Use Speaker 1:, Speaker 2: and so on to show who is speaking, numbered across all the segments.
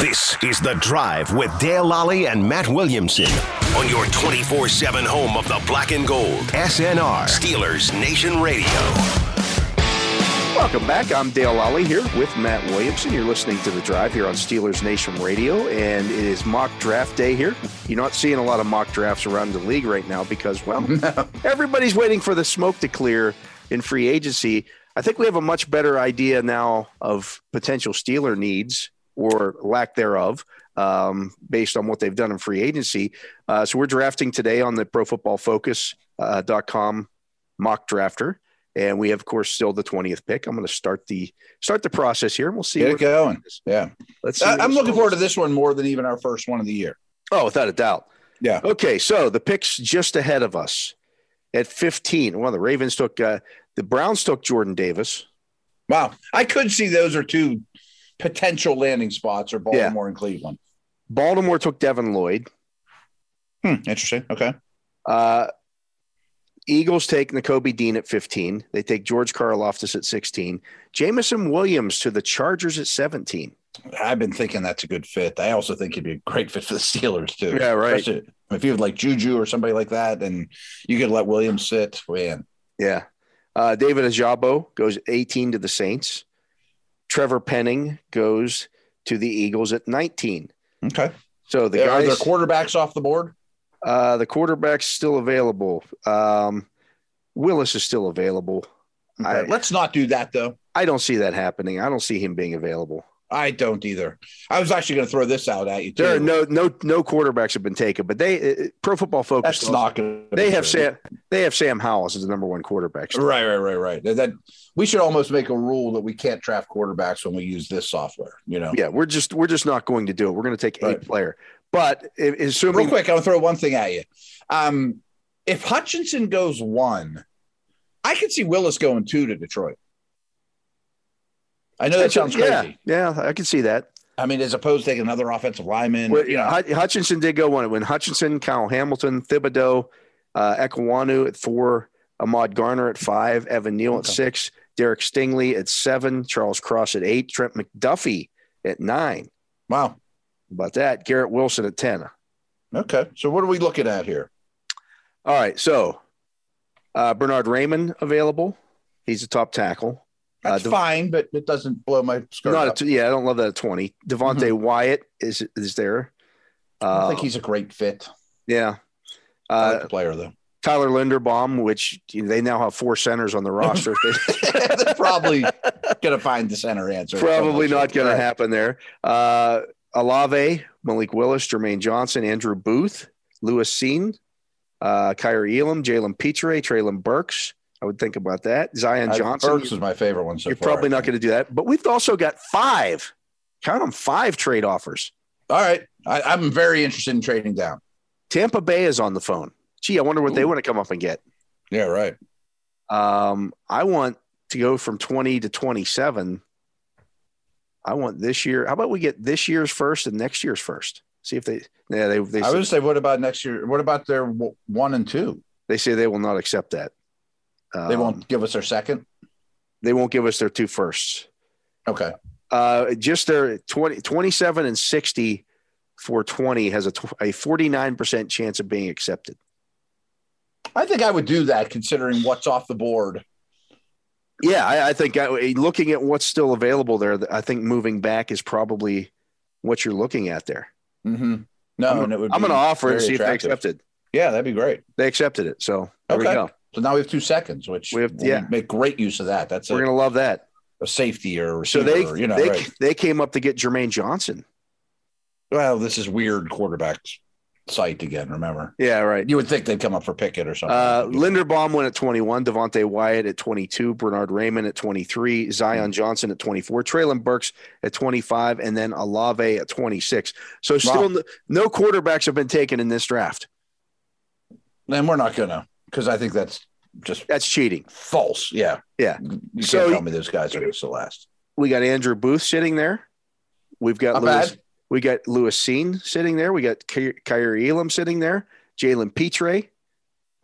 Speaker 1: This is The Drive with Dale Lally and Matt Williamson on your 24 7 home of the black and gold. SNR, Steelers Nation Radio.
Speaker 2: Welcome back. I'm Dale Lally here with Matt Williamson. You're listening to The Drive here on Steelers Nation Radio, and it is mock draft day here. You're not seeing a lot of mock drafts around the league right now because, well, everybody's waiting for the smoke to clear in free agency. I think we have a much better idea now of potential Steeler needs or lack thereof um, based on what they've done in free agency. Uh, so we're drafting today on the profootballfocus.com uh, mock drafter. And we have, of course, still the 20th pick. I'm going to start the start the process here and we'll see.
Speaker 3: Get
Speaker 2: where-
Speaker 3: it going. Yeah.
Speaker 2: Let's
Speaker 3: I-
Speaker 2: where
Speaker 3: I'm
Speaker 2: this
Speaker 3: looking
Speaker 2: goes.
Speaker 3: forward to this one more than even our first one of the year.
Speaker 2: Oh, without a doubt.
Speaker 3: Yeah.
Speaker 2: Okay, so the picks just ahead of us at 15. Well, the Ravens took uh, the Browns took Jordan Davis.
Speaker 3: Wow. I could see those are two potential landing spots or Baltimore and Cleveland.
Speaker 2: Baltimore took Devin Lloyd.
Speaker 3: Hmm. Interesting. Okay.
Speaker 2: Uh, Eagles take N'Kobe Dean at 15. They take George Karloftis at 16. Jamison Williams to the Chargers at 17.
Speaker 3: I've been thinking that's a good fit. I also think he'd be a great fit for the Steelers too.
Speaker 2: Yeah, right.
Speaker 3: Especially if you have like Juju or somebody like that, and you could let Williams sit, man.
Speaker 2: Yeah. Uh, David Ajabo goes 18 to the Saints. Trevor Penning goes to the Eagles at 19.
Speaker 3: Okay.
Speaker 2: So the
Speaker 3: are there
Speaker 2: guys,
Speaker 3: quarterbacks off the board?
Speaker 2: Uh, the quarterback's still available. Um, Willis is still available. I-
Speaker 3: Okay, Let's not do that though.
Speaker 2: I don't see that happening. I don't see him being available.
Speaker 3: I don't either. I was actually going to throw this out at you. Too.
Speaker 2: There are no no no quarterbacks have been taken, but they uh, Pro Football Focus.
Speaker 3: that's not going. to
Speaker 2: They have Sam. They have Sam Howells as the number one quarterback.
Speaker 3: Right, right, right, right. That, that- we should almost make a rule that we can't draft quarterbacks when we use this software. You know.
Speaker 2: Yeah, we're just we're just not going to do it. We're going to take
Speaker 3: Right.
Speaker 2: a player, but i- assuming
Speaker 3: Real quick, I'll throw one thing at you. Um, if Hutchinson goes one, I could see Willis going two to Detroit. I know that sounds crazy.
Speaker 2: Yeah, yeah, I can see that.
Speaker 3: I mean, as opposed to taking another offensive lineman,
Speaker 2: Well,
Speaker 3: you know,
Speaker 2: Hut- Hutchinson did go one. When Hutchinson, Kyle Hamilton, Thibodeau, uh, Ekwanu at four, Ahmad Garner at five, Evan Neal at
Speaker 3: Okay.
Speaker 2: six, Derek Stingley at seven, Charles Cross at eight, Trent McDuffie at nine.
Speaker 3: wow.
Speaker 2: How About that, Garrett Wilson at ten.
Speaker 3: Okay, so what are we looking at here?
Speaker 2: All right, so uh, Bernard Raymond available. He's a top tackle. Uh,
Speaker 3: That's
Speaker 2: the-
Speaker 3: fine, but it doesn't blow my skirt.
Speaker 2: Not a
Speaker 3: up.
Speaker 2: t- yeah, I don't love that at twenty. Devontae Wyatt is is there.
Speaker 3: Mm-hmm. I
Speaker 2: Uh,
Speaker 3: think he's a great fit.
Speaker 2: yeah.
Speaker 3: I
Speaker 2: Uh,
Speaker 3: like the player though.
Speaker 2: Tyler Linderbaum, which you know, they now have four centers on the roster.
Speaker 3: They're probably gonna find the center answer.
Speaker 2: Probably not going
Speaker 3: Right.
Speaker 2: to happen there. Uh, Alave, Malik Willis, Jermaine Johnson, Andrew Booth, Lewis Seen, uh, Kyrie Elam, Jalen Petre, Traylon Burks. I would think about that. Zion
Speaker 3: I-
Speaker 2: Johnson.
Speaker 3: Uh, Burks is my favorite one so
Speaker 2: You're
Speaker 3: far.
Speaker 2: probably not going to do that. But we've also got five, count them, five trade offers.
Speaker 3: All right, I, I'm very interested in trading down.
Speaker 2: Tampa Bay is on the phone. Gee, I wonder what they
Speaker 3: Ooh.
Speaker 2: want to come up and get.
Speaker 3: Yeah, right.
Speaker 2: Um, I want to go from 20 to 27. I want this year. How about we get this year's first and next year's first? See if they, yeah, they, they,
Speaker 3: I
Speaker 2: say,
Speaker 3: would say, what about next year? What about their w- one and two?
Speaker 2: they say they will not accept that. Um,
Speaker 3: They won't give us their second.
Speaker 2: they won't give us their two firsts.
Speaker 3: Okay,
Speaker 2: Uh, just their 20, 27 and 60 for 20 has a, tw- a 49% chance of being accepted.
Speaker 3: I think I would do that considering what's off the board.
Speaker 2: Yeah. I, I think I, looking at what's still available there, I think moving back is probably what you're looking at there.
Speaker 3: Mm-hmm. No,
Speaker 2: I'm,
Speaker 3: and it would.
Speaker 2: I'm
Speaker 3: be
Speaker 2: going to offer and
Speaker 3: very
Speaker 2: see if
Speaker 3: attractive.
Speaker 2: they accept it.
Speaker 3: Yeah, that'd be great.
Speaker 2: they accepted it. So there we
Speaker 3: Okay.
Speaker 2: go.
Speaker 3: So now we have two seconds, which
Speaker 2: We have-
Speaker 3: we
Speaker 2: yeah.
Speaker 3: make great use of that. That's a,
Speaker 2: We're gonna love that.
Speaker 3: a safety or a
Speaker 2: So
Speaker 3: receiver.
Speaker 2: they
Speaker 3: you know,
Speaker 2: they
Speaker 3: right.
Speaker 2: they came up to get Jermaine Johnson.
Speaker 3: well, this is weird quarterbacks. site again. Remember,
Speaker 2: Yeah, right.
Speaker 3: you would think they'd come up for Pickett or something.
Speaker 2: Uh, Linderbaum went at 21, Devontae Wyatt at 22, Bernard Raymond at 23,
Speaker 3: Hmm.
Speaker 2: Zion Johnson at 24, Traylon Burks at 25, and then Alave at 26. So still n- no quarterbacks have been taken in this draft.
Speaker 3: and we're not gonna because I think that's just
Speaker 2: That's cheating.
Speaker 3: false. Yeah,
Speaker 2: Yeah.
Speaker 3: You
Speaker 2: So-
Speaker 3: can't tell me those guys are gonna still last.
Speaker 2: We got Andrew Booth sitting there. We've got
Speaker 3: Not
Speaker 2: Lewis,
Speaker 3: bad.
Speaker 2: we got Lewis Seen sitting there. We got Ky- Kyrie Elam sitting there. Jalen Petre,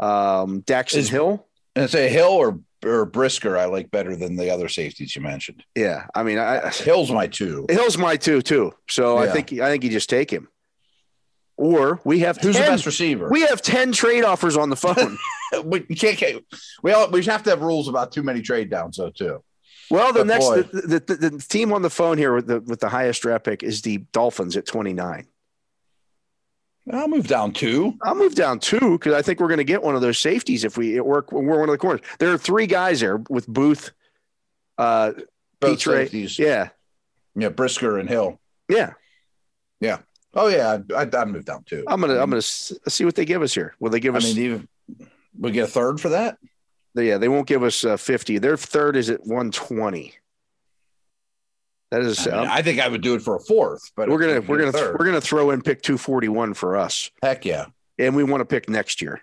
Speaker 2: um, Daxon
Speaker 3: Is-
Speaker 2: Hill.
Speaker 3: And it's a Hill or or Brisker. I like better than the other safeties you mentioned.
Speaker 2: Yeah, I mean, I,
Speaker 3: Hill's my two.
Speaker 2: Hill's my two too. So I
Speaker 3: Yeah.
Speaker 2: think I think you just take him. Or we have
Speaker 3: Who's
Speaker 2: 10,
Speaker 3: the best receiver?
Speaker 2: we have ten trade offers on the phone.
Speaker 3: we can't, can't we all we have to have rules about too many trade downs though too.
Speaker 2: well, the
Speaker 3: But
Speaker 2: next
Speaker 3: boy.
Speaker 2: the, the, the, the team on the phone here with the with the highest draft pick is the Dolphins at twenty nine.
Speaker 3: I'll move down two.
Speaker 2: I'll move down two because I think we're going to get one of those safeties if we work. We're one of the corners. There are three guys there with Booth. Uh,
Speaker 3: Both
Speaker 2: Peach, right?
Speaker 3: safeties. Yeah.
Speaker 2: yeah,
Speaker 3: Brisker and Hill.
Speaker 2: yeah.
Speaker 3: Oh yeah, I I would move down two.
Speaker 2: I'm gonna I'm gonna s- see what they give us here. Will they give
Speaker 3: I
Speaker 2: us?
Speaker 3: mean even we get a third for that?
Speaker 2: yeah, they won't give us uh, fifty. Their third is at one twenty. That is.
Speaker 3: I, mean,
Speaker 2: I'm-
Speaker 3: I think I would do it for a fourth, but
Speaker 2: we're gonna
Speaker 3: if we
Speaker 2: we're
Speaker 3: get
Speaker 2: gonna
Speaker 3: a
Speaker 2: th-
Speaker 3: third,
Speaker 2: we're gonna throw in pick 241 for us
Speaker 3: heck yeah.
Speaker 2: and we want to pick next year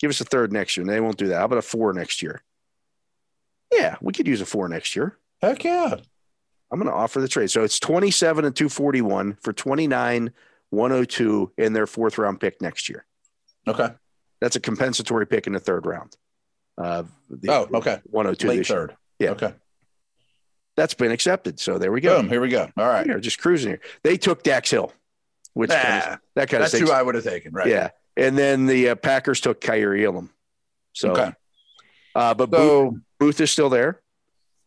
Speaker 2: give us a third next year and they won't do that how about a four next year yeah we could use a four next year
Speaker 3: Heck yeah.
Speaker 2: i'm gonna offer the trade so it's 27 and 241 for 29 102 in their fourth round pick next year
Speaker 3: Okay.
Speaker 2: that's a compensatory pick in the third round uh the
Speaker 3: Oh, okay.
Speaker 2: 102
Speaker 3: Late
Speaker 2: this year.
Speaker 3: third.
Speaker 2: Yeah.
Speaker 3: Okay.
Speaker 2: that's been accepted so there we go
Speaker 3: Boom. Here we go. All right.
Speaker 2: They're just cruising here they took dax hill which kind
Speaker 3: Nah,
Speaker 2: of, that kind of
Speaker 3: That's
Speaker 2: stinks.
Speaker 3: who I would have taken, right?
Speaker 2: Yeah. And then the uh, Packers took Kyrie Elam. So,
Speaker 3: Okay.
Speaker 2: uh, but Booth,
Speaker 3: So
Speaker 2: Booth is still there.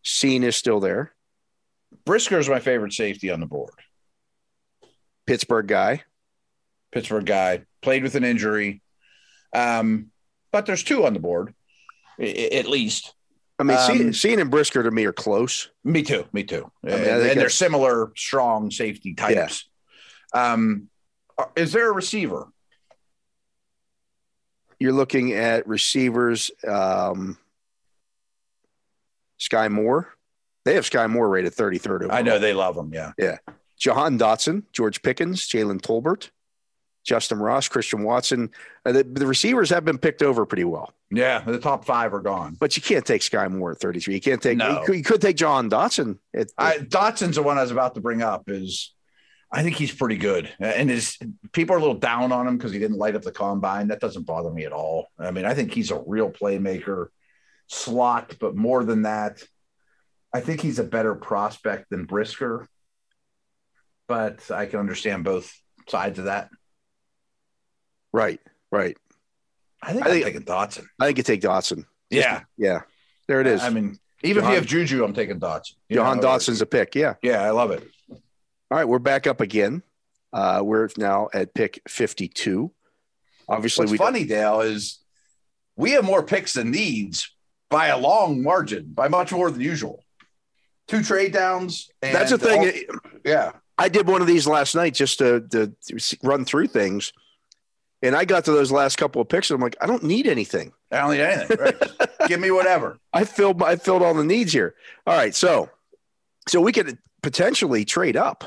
Speaker 2: Scene is still there.
Speaker 3: Brisker is my favorite safety on the board.
Speaker 2: Pittsburgh guy.
Speaker 3: Pittsburgh guy, played with an injury. Um, but there's two on the board, i- i- at least.
Speaker 2: I mean,
Speaker 3: Um,
Speaker 2: Scene, Scene and Brisker to me are close.
Speaker 3: Me too. Me too.
Speaker 2: mean, I
Speaker 3: and,
Speaker 2: think
Speaker 3: and they're
Speaker 2: that's-
Speaker 3: similar, strong safety types. Um, are- is there a receiver?
Speaker 2: You're looking at receivers. Um, Sky Moore. They have Sky Moore rated 33rd. Overall.
Speaker 3: I know they love him. Yeah.
Speaker 2: Jahan Dotson, George Pickens, Jalen Tolbert, Justin Ross, Christian Watson. Uh, the, the receivers have been picked over pretty well.
Speaker 3: Yeah. The top five are gone.
Speaker 2: But you can't take Sky Moore at 33. You can't take,
Speaker 3: No.
Speaker 2: you, could, you could take John Dotson. At,
Speaker 3: I, Dotson's the one I was about to bring up is I think he's pretty good. And his people are a little down on him because he didn't light up the combine. That doesn't bother me at all. I mean, I think he's a real playmaker slot, but more than that, I think he's a better prospect than Brisker. But I can understand both sides of that.
Speaker 2: right, right.
Speaker 3: I think
Speaker 2: I
Speaker 3: I
Speaker 2: think-
Speaker 3: am taking Dotson.
Speaker 2: I think you take Dotson.
Speaker 3: Yeah.
Speaker 2: Yeah, there it is.
Speaker 3: I mean, even
Speaker 2: Johan-
Speaker 3: if you have Juju, I'm taking Dotson. You
Speaker 2: Johan
Speaker 3: know,
Speaker 2: Dotson's a pick. Yeah.
Speaker 3: Yeah, I love it.
Speaker 2: All right, we're back up again. Uh, we're now at pick 52. Obviously,
Speaker 3: What's
Speaker 2: we
Speaker 3: funny, Dale, is we have more picks than needs by a long margin, by much more than usual. Two trade downs. And
Speaker 2: that's the thing.
Speaker 3: yeah.
Speaker 2: I did one of these last night just to, to run through things, and I got to those last couple of picks, and I'm like, I don't need anything.
Speaker 3: I don't need anything. Right? Give me whatever.
Speaker 2: I filled my- I filled all the needs here. All right, so so we could potentially trade up.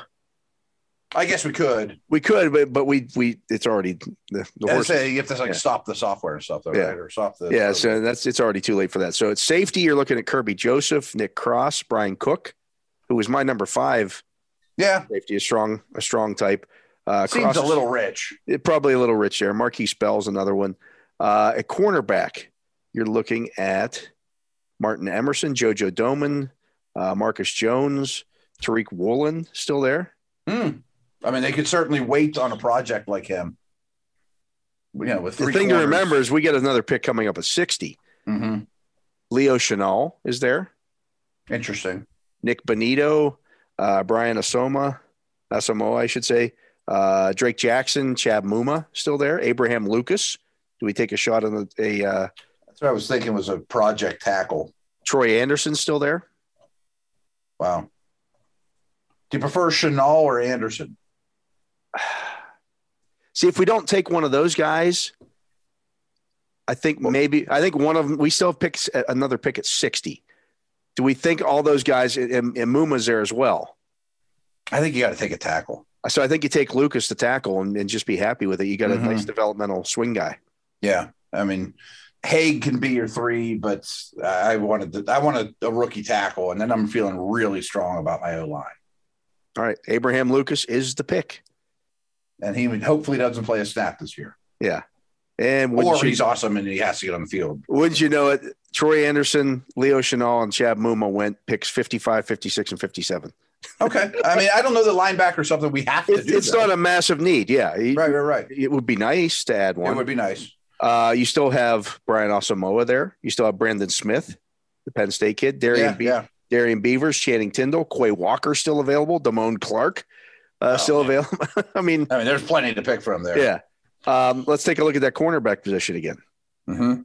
Speaker 3: I guess we could.
Speaker 2: We could, but but we we it's already the, the
Speaker 3: I
Speaker 2: horse.
Speaker 3: say you have to like
Speaker 2: Yeah.
Speaker 3: stop the software and stuff, though,
Speaker 2: Yeah.
Speaker 3: right? Or stop the
Speaker 2: Yeah, so that's it's already too late for that. So it's safety. You're looking at Kirby Joseph, Nick Cross, Brian Cook, who was my number five
Speaker 3: yeah.
Speaker 2: safety, a strong a strong type. Uh,
Speaker 3: Seems
Speaker 2: Cross
Speaker 3: a
Speaker 2: is-
Speaker 3: little rich.
Speaker 2: it- probably a little rich there. Marquise Bell's another one. Uh, at cornerback, you're looking at Martin Emerson, JoJo Doman, uh, Marcus Jones, Tariq Woolen still there.
Speaker 3: Hmm. I mean, they could certainly wait on a project like him. You know, with
Speaker 2: The
Speaker 3: three
Speaker 2: thing to
Speaker 3: corners.
Speaker 2: remember is we get another pick coming up at 60.
Speaker 3: Mhm.
Speaker 2: Leo Chanel is there.
Speaker 3: Interesting.
Speaker 2: Nick Bonito, uh, Brian Asoma, Asamoah, I should say, uh, Drake Jackson, Chad Muma still there, Abraham Lucas. Do we take a shot on the, a uh,
Speaker 3: That's what I was thinking was a project tackle.
Speaker 2: Troy Anderson still there?
Speaker 3: Wow. Do you prefer Chanel or Anderson?
Speaker 2: See, if we don't take one of those guys, I think maybe I think one of them. We still have picks at another pick at sixty. Do we think all those guys and, and Muma's there as well?
Speaker 3: I think you got to take a tackle.
Speaker 2: So I think you take Lucas to tackle and, and just be happy with it. You got a
Speaker 3: Mhm.
Speaker 2: nice developmental swing guy.
Speaker 3: Yeah, I mean, Haig can be your three, but I wanted to, I wanted a rookie tackle, and then I'm feeling really strong about my O line,
Speaker 2: All right, Abraham Lucas is the pick.
Speaker 3: and he hopefully doesn't play a snap this year,
Speaker 2: And
Speaker 3: or
Speaker 2: wouldn't you,
Speaker 3: he's awesome and he has to get on the field.
Speaker 2: wouldn't you know it, Troy Anderson, Leo Chanel, and Chad Muma went picks 55, 56, and 57.
Speaker 3: Okay, I mean, I don't know the linebacker is something we have to
Speaker 2: It,
Speaker 3: do.
Speaker 2: it's
Speaker 3: though.
Speaker 2: not a massive need. Yeah. It,
Speaker 3: right, right, right.
Speaker 2: it would be nice to add
Speaker 3: It
Speaker 2: one.
Speaker 3: would be nice.
Speaker 2: Uh, you still have Brian Osamoa there. You still have Brandon Smith, the Penn State kid, Darian,
Speaker 3: Yeah,
Speaker 2: Be-
Speaker 3: yeah.
Speaker 2: Darian Beavers, Channing Tyndall, Quay Walker still available, Damone Clark uh,
Speaker 3: Oh,
Speaker 2: still
Speaker 3: man.
Speaker 2: available. I mean,
Speaker 3: I mean, there's plenty to pick from there.
Speaker 2: yeah. Um, let's take a look at that cornerback position again.
Speaker 3: Mhm.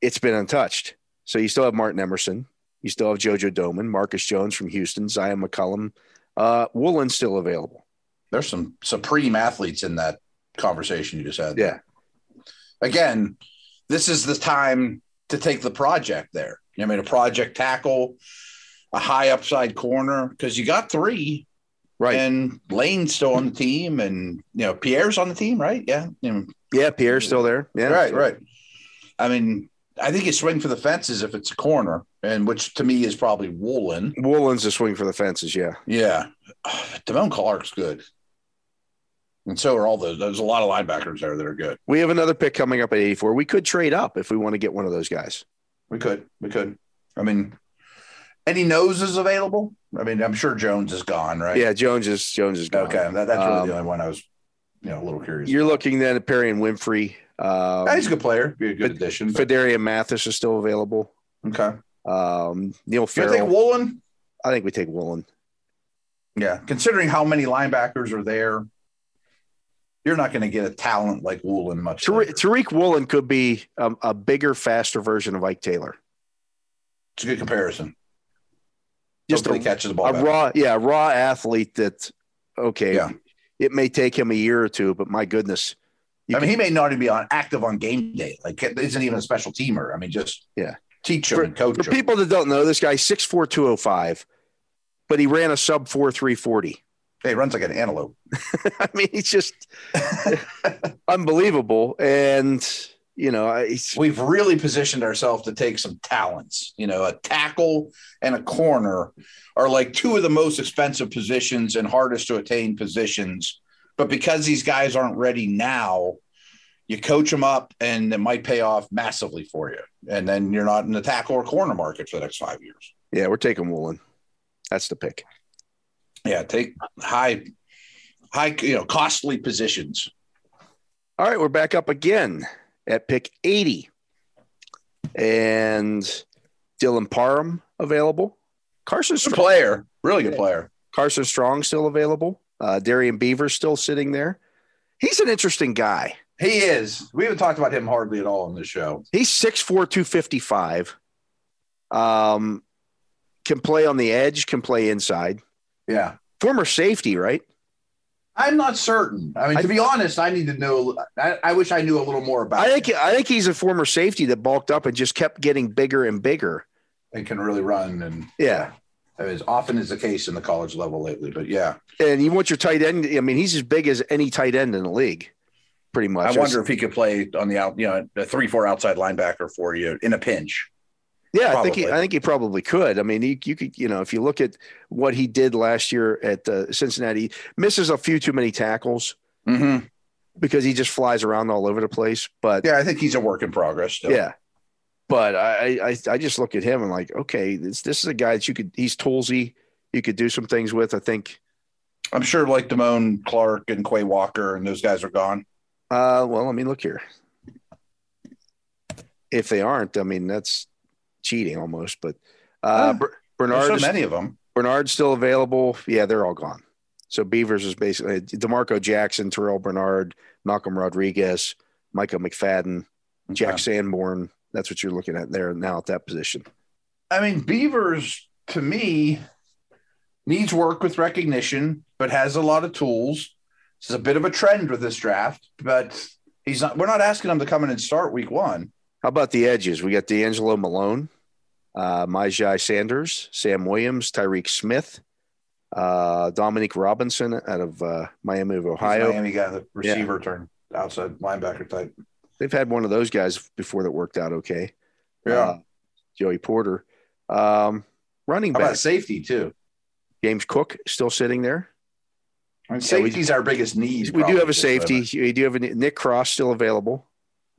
Speaker 2: It's been untouched. So you still have Martin Emerson. You still have JoJo Doman, Marcus Jones from Houston, Zion McCullum. Uh, Woolen still available.
Speaker 3: there's some supreme athletes in that conversation you just had.
Speaker 2: Yeah.
Speaker 3: again, this is the time to take the project there. You know, I mean, a project tackle, a high upside corner, because you got three,
Speaker 2: Right.
Speaker 3: and Lane's still on the team, and you know Pierre's on the team, right? Yeah, You know,
Speaker 2: yeah, Pierre's still there. Yeah.
Speaker 3: right,
Speaker 2: So-
Speaker 3: right. I mean, I think you swing for the fences if it's a corner, and which to me is probably Woolen.
Speaker 2: Woolen's a swing for the fences. Yeah.
Speaker 3: Yeah, Damone Clark's good, and so are all those. There's a lot of linebackers there that are good.
Speaker 2: We have another pick coming up at 84. We could trade up if we want to get one of those guys.
Speaker 3: We could. We could. I mean, any nose is available. I mean, I'm sure Jones is gone, right?
Speaker 2: Yeah, Jones is Jones is gone.
Speaker 3: Okay. That, that's really
Speaker 2: Um,
Speaker 3: the only one I was, you know, a little curious.
Speaker 2: You're looking then at Perry and Winfrey. Um,
Speaker 3: Ah, he's a good player. Be a good
Speaker 2: But-
Speaker 3: addition. but-
Speaker 2: Fedarian Mathis is still available.
Speaker 3: okay.
Speaker 2: Um, Neil
Speaker 3: Do you
Speaker 2: Farrell.
Speaker 3: think Woolen?
Speaker 2: I think we take Woolen.
Speaker 3: Yeah. Considering how many linebackers are there, you're not going to get a talent like Woolen much.
Speaker 2: Tari-
Speaker 3: later.
Speaker 2: Tariq Woolen could be um, a bigger, faster version of Ike Taylor.
Speaker 3: It's a good comparison.
Speaker 2: Just
Speaker 3: Hopefully
Speaker 2: a-
Speaker 3: he catches the ball.
Speaker 2: A
Speaker 3: better.
Speaker 2: raw, yeah, a raw athlete that, okay,
Speaker 3: Yeah.
Speaker 2: it may take him a year or two, but my goodness. you
Speaker 3: I mean, he may not even be on active on game day. Like, isn't even a special teamer. I mean, just
Speaker 2: Yeah.
Speaker 3: teach him and
Speaker 2: For
Speaker 3: coach him.
Speaker 2: people that don't know, this guy, 6'4, 205, but he ran a sub 4, 340.
Speaker 3: hey, he runs like an antelope.
Speaker 2: I mean, he's just unbelievable. And, you know, I- he's,
Speaker 3: we've really positioned ourselves to take some talents. You know, a tackle and a corner are like two of the most expensive positions and hardest to attain positions. But because these guys aren't ready now, you coach them up and it might pay off massively for you. And then you're not in the tackle or corner market for the next five years.
Speaker 2: yeah, we're taking Woolen. That's the pick.
Speaker 3: Yeah, take high, high, you know, costly positions.
Speaker 2: All right, we're back up again at pick 80. And Dylan Parham available. Carson
Speaker 3: Good
Speaker 2: Strong,
Speaker 3: player, really good player.
Speaker 2: Carson Strong still available. Uh, Darian Beaver still sitting there. He's an interesting guy.
Speaker 3: He is. We haven't talked about him hardly at all on this show.
Speaker 2: He's 6'4, 255. Um, can play on the edge, can play inside.
Speaker 3: Yeah.
Speaker 2: Former safety, right?
Speaker 3: I'm not certain. I mean, to be honest, I need to know. I, I wish I knew a little more about.
Speaker 2: I think
Speaker 3: him
Speaker 2: I think he's a former safety that bulked up and just kept getting bigger and bigger.
Speaker 3: and can really run, and
Speaker 2: Yeah.
Speaker 3: I mean, as often is the case in the college level lately. But yeah,
Speaker 2: And you want your tight end. I mean, he's as big as any tight end in the league, pretty much.
Speaker 3: I wonder if he could play on the out, you know, the three four outside linebacker for you in a pinch.
Speaker 2: Yeah, I think he,
Speaker 3: probably.
Speaker 2: I think he probably could. I mean, he, you could, you know, if you look at what he did last year at uh, Cincinnati, he misses a few too many tackles
Speaker 3: Mm-hmm.
Speaker 2: because he just flies around all over the place. But
Speaker 3: Yeah, I think he's a work in progress. Still.
Speaker 2: Yeah. But I, I I just look at him and like, okay, this this is a guy that you could he's toolsy, you could do some things with. I think
Speaker 3: I'm sure like Damone Clark and Quay Walker and those guys are gone.
Speaker 2: uh well, let me look here. If they aren't, I mean that's cheating almost, but uh
Speaker 3: Ah,
Speaker 2: Ber-
Speaker 3: There's
Speaker 2: Bernard
Speaker 3: so
Speaker 2: is-
Speaker 3: many of them.
Speaker 2: Bernard's still available. Yeah, they're all gone. So Beavers is basically DeMarco Jackson, Terrell Bernard, Malcolm Rodriguez, Michael McFadden, Jack Sanborn. That's what you're looking at there now at that position.
Speaker 3: I mean, Beavers to me needs work with recognition, but has a lot of tools. This is a bit of a trend with this draft, but he's not. We're not asking him to come in and start week one.
Speaker 2: How about the edges? We got D'Angelo Malone, uh, Majai Sanders, Sam Williams, Tyreek Smith, uh, Dominique Robinson out of uh, Miami of
Speaker 3: He's
Speaker 2: Ohio.
Speaker 3: Miami got the receiver turn outside linebacker type.
Speaker 2: They've had one of those guys before that worked out okay.
Speaker 3: Yeah.
Speaker 2: Uh, Joey Porter. Um, running
Speaker 3: How
Speaker 2: back,
Speaker 3: about safety too?
Speaker 2: James Cook, still sitting there.
Speaker 3: And
Speaker 2: Yeah, we-
Speaker 3: safety's our biggest need.
Speaker 2: we do
Speaker 3: probably,
Speaker 2: have a
Speaker 3: this
Speaker 2: safety.
Speaker 3: moment.
Speaker 2: We do have a Nick Cross still available.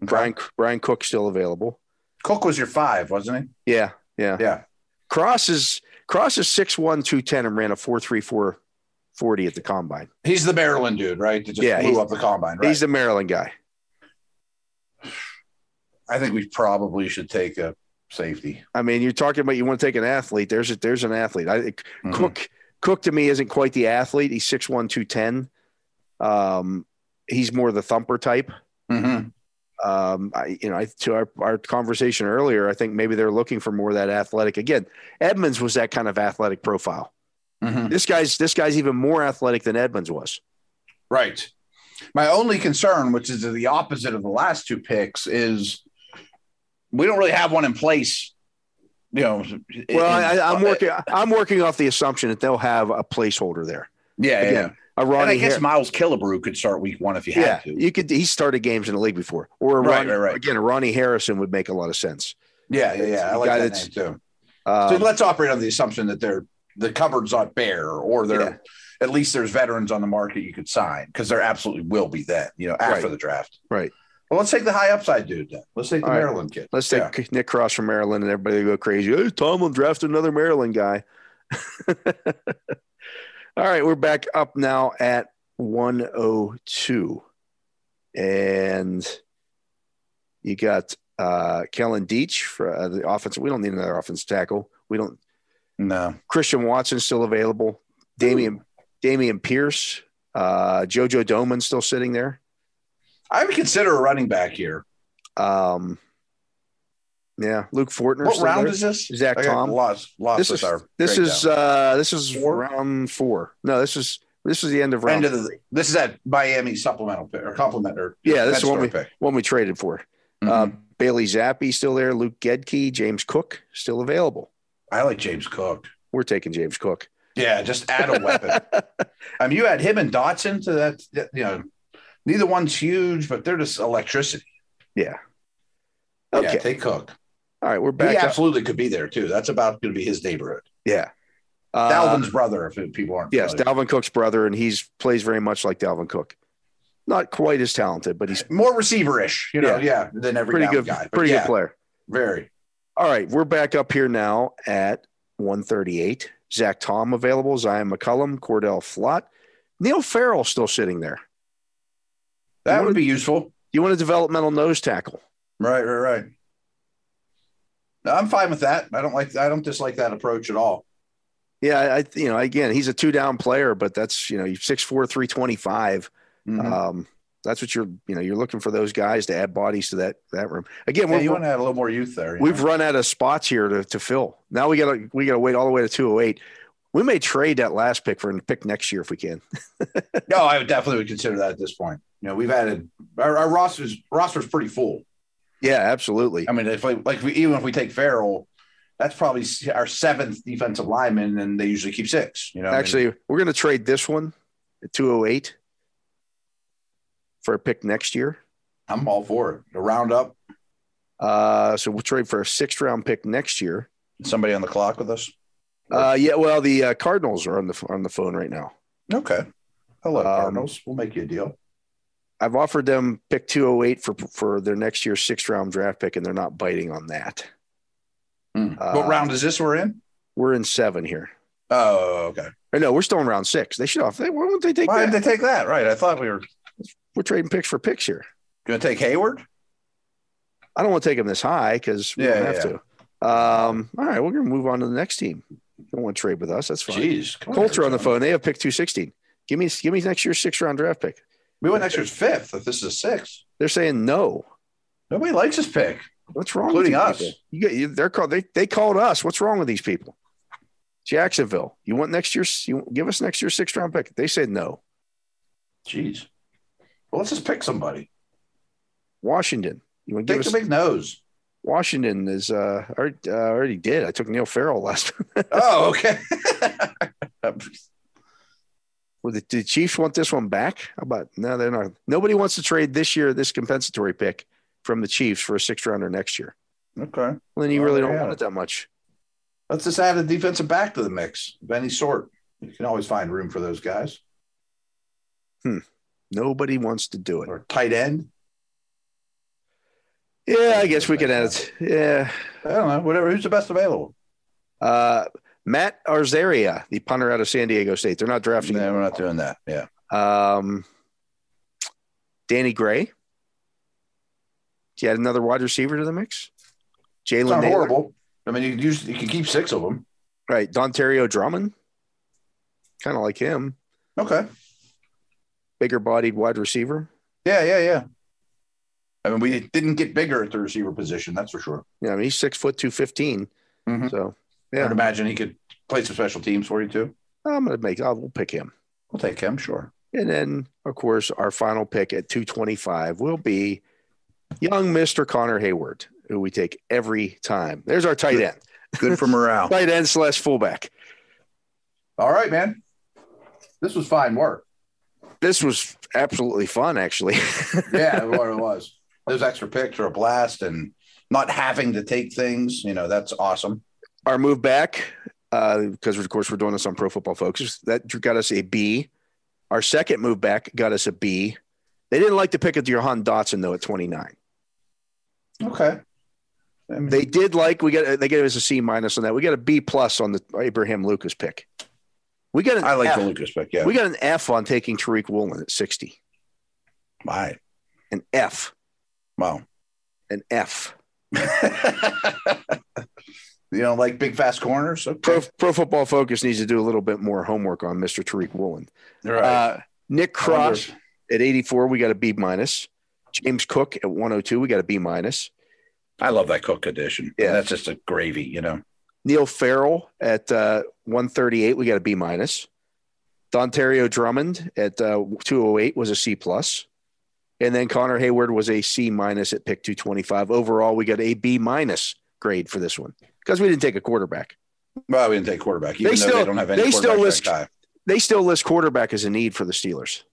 Speaker 2: Brian Brian Cook still available.
Speaker 3: Cook was your five, wasn't
Speaker 2: Yeah, yeah.
Speaker 3: he? Yeah.
Speaker 2: Cross is Cross is 6'1", 210 and ran a four three four forty at the combine.
Speaker 3: He's the Maryland dude, right? That just
Speaker 2: Yeah, he's-
Speaker 3: blew up the combine, right?
Speaker 2: He's the Maryland guy.
Speaker 3: I think we probably should take a safety.
Speaker 2: I mean, you're talking about you want to take an athlete. There's a, there's an athlete. I think
Speaker 3: Mhm.
Speaker 2: Cook Cook to me isn't quite the athlete. He's 6'1", 210. Um, he's more the thumper type.
Speaker 3: Mhm.
Speaker 2: Um, I, you know, I, to our, our conversation earlier, I think maybe they're looking for more of that athletic. Again, Edmonds was that kind of athletic profile.
Speaker 3: Mhm.
Speaker 2: This guy's this guy's even more athletic than Edmonds was.
Speaker 3: Right. My only concern, which is the opposite of the last two picks, is we don't really have one in place. You know,
Speaker 2: Well, I,
Speaker 3: in-
Speaker 2: I- I'm working. I'm working off the assumption that they'll have a placeholder there.
Speaker 3: Yeah, yeah.
Speaker 2: Again, A
Speaker 3: And I
Speaker 2: Ronnie.
Speaker 3: guess
Speaker 2: Har-
Speaker 3: Miles Killebrew could start week one if you
Speaker 2: yeah,
Speaker 3: had to.
Speaker 2: you could. He started games in the league before, or a
Speaker 3: Right,
Speaker 2: Ronnie,
Speaker 3: right, right.
Speaker 2: again, a Ronnie Harrison would make a lot of sense.
Speaker 3: Yeah, yeah, yeah. I
Speaker 2: The
Speaker 3: like
Speaker 2: guy
Speaker 3: that
Speaker 2: that's-
Speaker 3: name too. So
Speaker 2: Um,
Speaker 3: let's operate on the assumption that they're the cupboard's not bare, or they're
Speaker 2: Yeah.
Speaker 3: at least there's veterans on the market you could sign because there absolutely will be that. You know, after
Speaker 2: Right.
Speaker 3: the draft.
Speaker 2: Right.
Speaker 3: Well, let's take the high upside dude. Then. Let's take the
Speaker 2: All right.
Speaker 3: Maryland kid.
Speaker 2: let's take Nick Cross from Maryland, and everybody go crazy. Oh, Tom will draft another Maryland guy. All right, we're back up now at 102, and you got uh, Kellen Deach for uh, the offense. We don't need another offensive tackle. We don't.
Speaker 3: Yeah. No.
Speaker 2: Christian Watson's still available. Damian Damian Pierce, uh, JoJo Doman still sitting there.
Speaker 3: I would consider a running back here.
Speaker 2: Um, yeah, Luke Fortner.
Speaker 3: What
Speaker 2: still
Speaker 3: round
Speaker 2: there.
Speaker 3: is this?
Speaker 2: Zach
Speaker 3: I got
Speaker 2: Tom.
Speaker 3: Lost, lost
Speaker 2: This
Speaker 3: with
Speaker 2: is
Speaker 3: our
Speaker 2: this is uh, this is
Speaker 3: Four?
Speaker 2: round four. No, this is this is the end of
Speaker 3: breakdown.
Speaker 2: round
Speaker 3: end of the. This is that Miami supplemental pick or compliment or
Speaker 2: Yeah, this is
Speaker 3: Metzdorf
Speaker 2: what we- Mm-hmm.
Speaker 3: pick.
Speaker 2: one we traded for.
Speaker 3: Mhm.
Speaker 2: Bailey Zappi still there. Luke Gedke, James Cook still available.
Speaker 3: I like James Cook.
Speaker 2: We're taking James Cook.
Speaker 3: Yeah, just add a weapon. I mean, you add him and Dotson to that. that, You know, neither one's huge, but they're just electricity.
Speaker 2: Yeah.
Speaker 3: Yeah,
Speaker 2: Okay.
Speaker 3: take Cook.
Speaker 2: All right, we're
Speaker 3: He
Speaker 2: back. up.
Speaker 3: absolutely could be there too. That's about going to be his neighborhood.
Speaker 2: Yeah. Uh,
Speaker 3: Dalvin's brother, if people aren't.
Speaker 2: Yes,
Speaker 3: familiar.
Speaker 2: Dalvin Cook's brother, and he's plays very much like Dalvin Cook. Not quite as talented, but he's
Speaker 3: more receiver-ish. You know, yeah, than every
Speaker 2: pretty
Speaker 3: Dalvin
Speaker 2: good,
Speaker 3: guy. But
Speaker 2: pretty
Speaker 3: yeah,
Speaker 2: good player.
Speaker 3: Very.
Speaker 2: All right, we're back up here now at 138. Zach Tom available, Zion McCullum, Cordell Flott, Neil Farrell still sitting there.
Speaker 3: That would be useful.
Speaker 2: You want a developmental nose tackle?
Speaker 3: Right, right, right. No, I'm fine with that. I don't like. I don't dislike that approach at all.
Speaker 2: Yeah, I I- you know again he's a two down player, but that's you know six four three twenty five.
Speaker 3: Mhm.
Speaker 2: Um, that's what you're you know you're looking for those guys to add bodies to that that room. Again,
Speaker 3: yeah,
Speaker 2: we're-
Speaker 3: you want to add a little more youth there. you
Speaker 2: We've
Speaker 3: know?
Speaker 2: run out of spots here to, to fill. Now we gotta we gotta wait all the way to 208. We may trade that last pick for a pick next year if we can.
Speaker 3: no, I would definitely would consider that at this point. You know, we've added our, our roster's roster's pretty full.
Speaker 2: Yeah, absolutely.
Speaker 3: I mean, if like, like we, even if we take Farrell, that's probably s- our seventh defensive lineman, and they usually keep six. You know,
Speaker 2: Actually, we're gonna trade this one at 208 for a pick next year.
Speaker 3: I am all for it. A roundup,
Speaker 2: Uh, so we'll trade for a sixth round pick next year.
Speaker 3: somebody on the clock with us.
Speaker 2: Uh, yeah, well, the uh, Cardinals are on the on the phone right now.
Speaker 3: Okay, hello
Speaker 2: Um,
Speaker 3: Cardinals. We'll make you a deal.
Speaker 2: I've offered them pick 208 for for their next year's sixth round draft pick, and they're not biting on that.
Speaker 3: Hmm.
Speaker 2: uh,
Speaker 3: what round is this? We're in.
Speaker 2: We're in seven here.
Speaker 3: Oh, okay.
Speaker 2: Or no, we're still in round six. They should off. They, why don't they take
Speaker 3: Why
Speaker 2: that?
Speaker 3: did they take that? Right. I thought we were
Speaker 2: we're trading picks for picks here.
Speaker 3: going to take Hayward.
Speaker 2: I don't want to take them this high because we
Speaker 3: Yeah,
Speaker 2: don't have
Speaker 3: yeah.
Speaker 2: to. Um, all right, we're going to move on to the next team. Don't want to trade with us. That's fine.
Speaker 3: Jeez, come
Speaker 2: Colts are on the
Speaker 3: Arizona.
Speaker 2: phone. They have pick 216. Give me, give me next year's six round draft pick.
Speaker 3: We went next year's fifth. If this is six,
Speaker 2: They're saying no.
Speaker 3: nobody likes this pick.
Speaker 2: What's wrong
Speaker 3: Including
Speaker 2: with
Speaker 3: us.
Speaker 2: these people? You, get- you, they're called, they, they called us. What's wrong with these people? Jacksonville, you want next year's, you give us next year's six round pick. They said no.
Speaker 3: Jeez. Well, let's just pick somebody.
Speaker 2: Washington. You want to
Speaker 3: Take
Speaker 2: give
Speaker 3: the
Speaker 2: us
Speaker 3: big nose.
Speaker 2: Washington is uh, already, uh, already did. I took Neil Farrell last.
Speaker 3: Oh, okay.
Speaker 2: Well, the, the Chiefs want this one back. How about no, they're not. Nobody wants to trade this year this compensatory pick from the Chiefs for a sixth rounder next year.
Speaker 3: okay.
Speaker 2: Well, then you
Speaker 3: Oh,
Speaker 2: really
Speaker 3: there
Speaker 2: don't
Speaker 3: you
Speaker 2: want
Speaker 3: have
Speaker 2: it that much.
Speaker 3: Let's just add a defensive back to the mix of any sort. You can always find room for those guys.
Speaker 2: Nobody wants to do it.
Speaker 3: Or tight end.
Speaker 2: Yeah, I guess we could add it. Yeah.
Speaker 3: I don't know. Whatever. Who's the best available?
Speaker 2: Uh, Matt Arzaria, the punter out of San Diego State. They're not drafting.
Speaker 3: No, we're not doing that. Yeah.
Speaker 2: Um, Danny Gray. Do you add another wide receiver to the mix?
Speaker 3: It's
Speaker 2: Jalen
Speaker 3: not
Speaker 2: Naylor.
Speaker 3: horrible. I mean, you can use you can keep six of them.
Speaker 2: Right. Dontario Drummond. Kind of like him.
Speaker 3: Okay.
Speaker 2: Bigger bodied wide receiver.
Speaker 3: Yeah, yeah, yeah. I mean, we didn't get bigger at the receiver position, that's for sure.
Speaker 2: Yeah, I mean he's six foot two fifteen.
Speaker 3: Mhm.
Speaker 2: So
Speaker 3: I
Speaker 2: yeah,
Speaker 3: would imagine he could play some special teams for you too.
Speaker 2: I'm gonna make. I'll we'll pick him.
Speaker 3: We'll take him, sure.
Speaker 2: And then of course our final pick at two twenty five will be young Mister Connor Hayward, who we take every time. There's our tight end,
Speaker 3: Good for morale.
Speaker 2: tight end slash fullback.
Speaker 3: All right, man. This was fine work.
Speaker 2: This was absolutely fun, actually.
Speaker 3: Yeah, what it was. Those extra picks are a blast, and not having to take things, you know, that's awesome.
Speaker 2: our move back uh, because of course we're doing this on pro football focus that got us a b our second move back got us a b they didn't like to pick at johan dotson though at 29
Speaker 3: Okay. I mean,
Speaker 2: they did like we got they gave us a c minus on that we got a b plus on the abraham lucas pick we got an
Speaker 3: I like
Speaker 2: f.
Speaker 3: the Lucas pick. Yeah.
Speaker 2: we got an f on taking tariq woolen at 60
Speaker 3: All right.
Speaker 2: an f
Speaker 3: Wow.
Speaker 2: an f
Speaker 3: you don't like big, fast corners? Okay.
Speaker 2: pro, pro football focus needs to do a little bit more homework on mr tariq woolen
Speaker 3: All right.
Speaker 2: uh, nick
Speaker 3: I wonder-
Speaker 2: cross at 84 we got a b minus james cook at 102 we got a b minus
Speaker 3: I love that Cook edition.
Speaker 2: Yeah.
Speaker 3: Yeah, that's just a gravy, you know.
Speaker 2: neil farrell at uh, 138 we got a b minus dontario drummond at uh, 208 was a c plus and then connor hayward was a c minus at pick 225 overall we got a b minus grade for this one because we didn't take a quarterback
Speaker 3: Well, we didn't take quarterback. Even
Speaker 2: They
Speaker 3: they though
Speaker 2: still-
Speaker 3: they don't have any.
Speaker 2: they still
Speaker 3: quarterbacks
Speaker 2: list-
Speaker 3: ranked
Speaker 2: they still list quarterback as a need for the steelers
Speaker 3: high.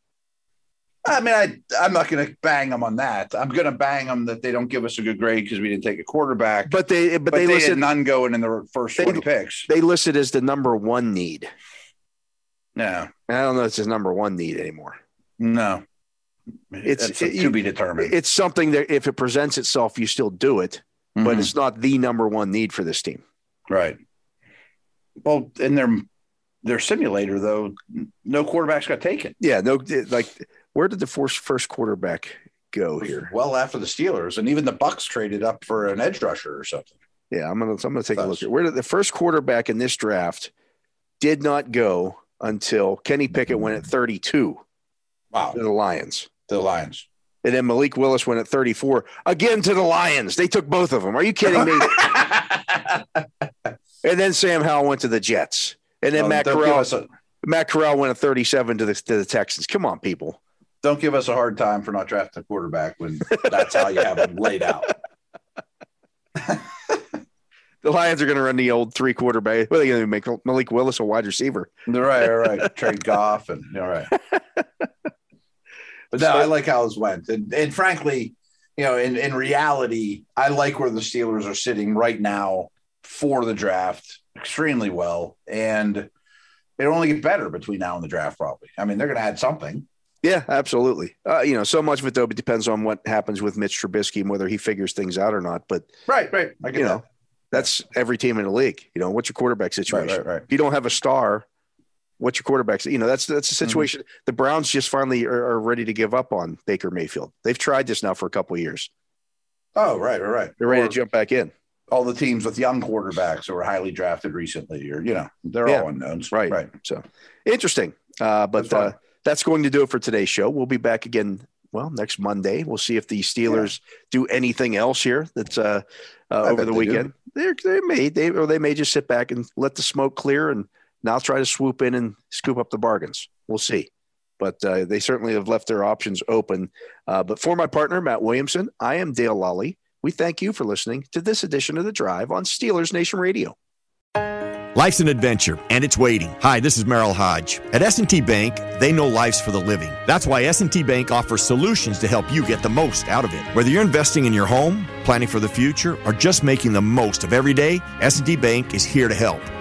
Speaker 3: I mean, I I'm not going to bang them on that. I'm going to bang them that they don't give us a good grade because we didn't take a quarterback.
Speaker 2: but they but,
Speaker 3: But,
Speaker 2: they,
Speaker 3: they,
Speaker 2: listed
Speaker 3: had none going in the first
Speaker 2: They-
Speaker 3: twenty picks.
Speaker 2: they listed as the number one need
Speaker 3: No,
Speaker 2: i don't know if it's his number one need anymore
Speaker 3: no,
Speaker 2: It's-
Speaker 3: That's
Speaker 2: it-
Speaker 3: to be determined.
Speaker 2: it's something that if it presents itself, you still do it, but
Speaker 3: Mhm.
Speaker 2: it's not the number one need for this team.
Speaker 3: right. Well, in their their simulator though, no quarterbacks got taken.
Speaker 2: Yeah, no, like where did the first first quarterback go
Speaker 3: It was
Speaker 2: here?
Speaker 3: Well, after the Steelers and even the Bucks traded up for an edge rusher or something.
Speaker 2: Yeah, I'm gonna I'm gonna take a look at where did the first quarterback in this draft did not go until Kenny Pickett went at 32
Speaker 3: Wow,
Speaker 2: to the Lions.
Speaker 3: the Lions.
Speaker 2: And then Malik Willis went at 34 again to the Lions. They took both of them. Are you kidding me? and then Sam Howell went to the Jets. And then
Speaker 3: Um,
Speaker 2: Matt
Speaker 3: don't, give
Speaker 2: Corral,
Speaker 3: us a,
Speaker 2: Matt Corral went at 37 to the, to the Texans. Come on, people.
Speaker 3: don't give us a hard time for not drafting a quarterback when that's how you have them laid out.
Speaker 2: the Lions are going to run the old three quarterback. What are they going to make Malik Willis a wide receiver?
Speaker 3: All right, all right. Trade Goff and all right. But no, I like how this went. And, and frankly, you know, in, in reality, I like where the Steelers are sitting right now for the draft extremely well. And it'll only get better between now and the draft, probably. I mean, they're going to add something.
Speaker 2: Yeah, absolutely. Uh, you know, so much of it though depends on what happens with Mitch Trubisky and whether he figures things out or not. But
Speaker 3: Right, right. I get
Speaker 2: you
Speaker 3: that.
Speaker 2: know, that's every team in the league. You know, what's your quarterback situation?
Speaker 3: Right, right, right.
Speaker 2: If you don't have a star, what's your quarterback? You know, that's that's the
Speaker 3: Mm-hmm.
Speaker 2: situation. The Browns just finally are, are ready to give up on Baker Mayfield. They've tried this now for a couple of years.
Speaker 3: Oh, right, right, right.
Speaker 2: They're ready
Speaker 3: Or-
Speaker 2: to jump back in.
Speaker 3: all the teams with young quarterbacks who were highly drafted recently, or you know, they're
Speaker 2: Yeah.
Speaker 3: all unknowns.
Speaker 2: Right.
Speaker 3: Right.
Speaker 2: Interesting. Uh, but
Speaker 3: That's fine.
Speaker 2: uh, that's going to do it for today's show. We'll be back again. Well, next Monday, we'll see if the Steelers do anything else here. That's uh, uh,
Speaker 3: I
Speaker 2: over
Speaker 3: bet
Speaker 2: the
Speaker 3: they do.
Speaker 2: weekend. They they may they or they may just sit back and let the smoke clear and now try to swoop in and scoop up the bargains. We'll see. but uh, they certainly have left their options open. Uh, but for my partner, Matt Williamson, I am Dale Lally. We thank you for listening to this edition of The Drive on Steelers Nation Radio.
Speaker 4: Life's an adventure, and it's waiting. Hi, this is Merrill Hodge. At S&T Bank, they know life's for the living. That's why S&T Bank offers solutions to help you get the most out of it. Whether you're investing in your home, planning for the future, or just making the most of every day, S&T Bank is here to help.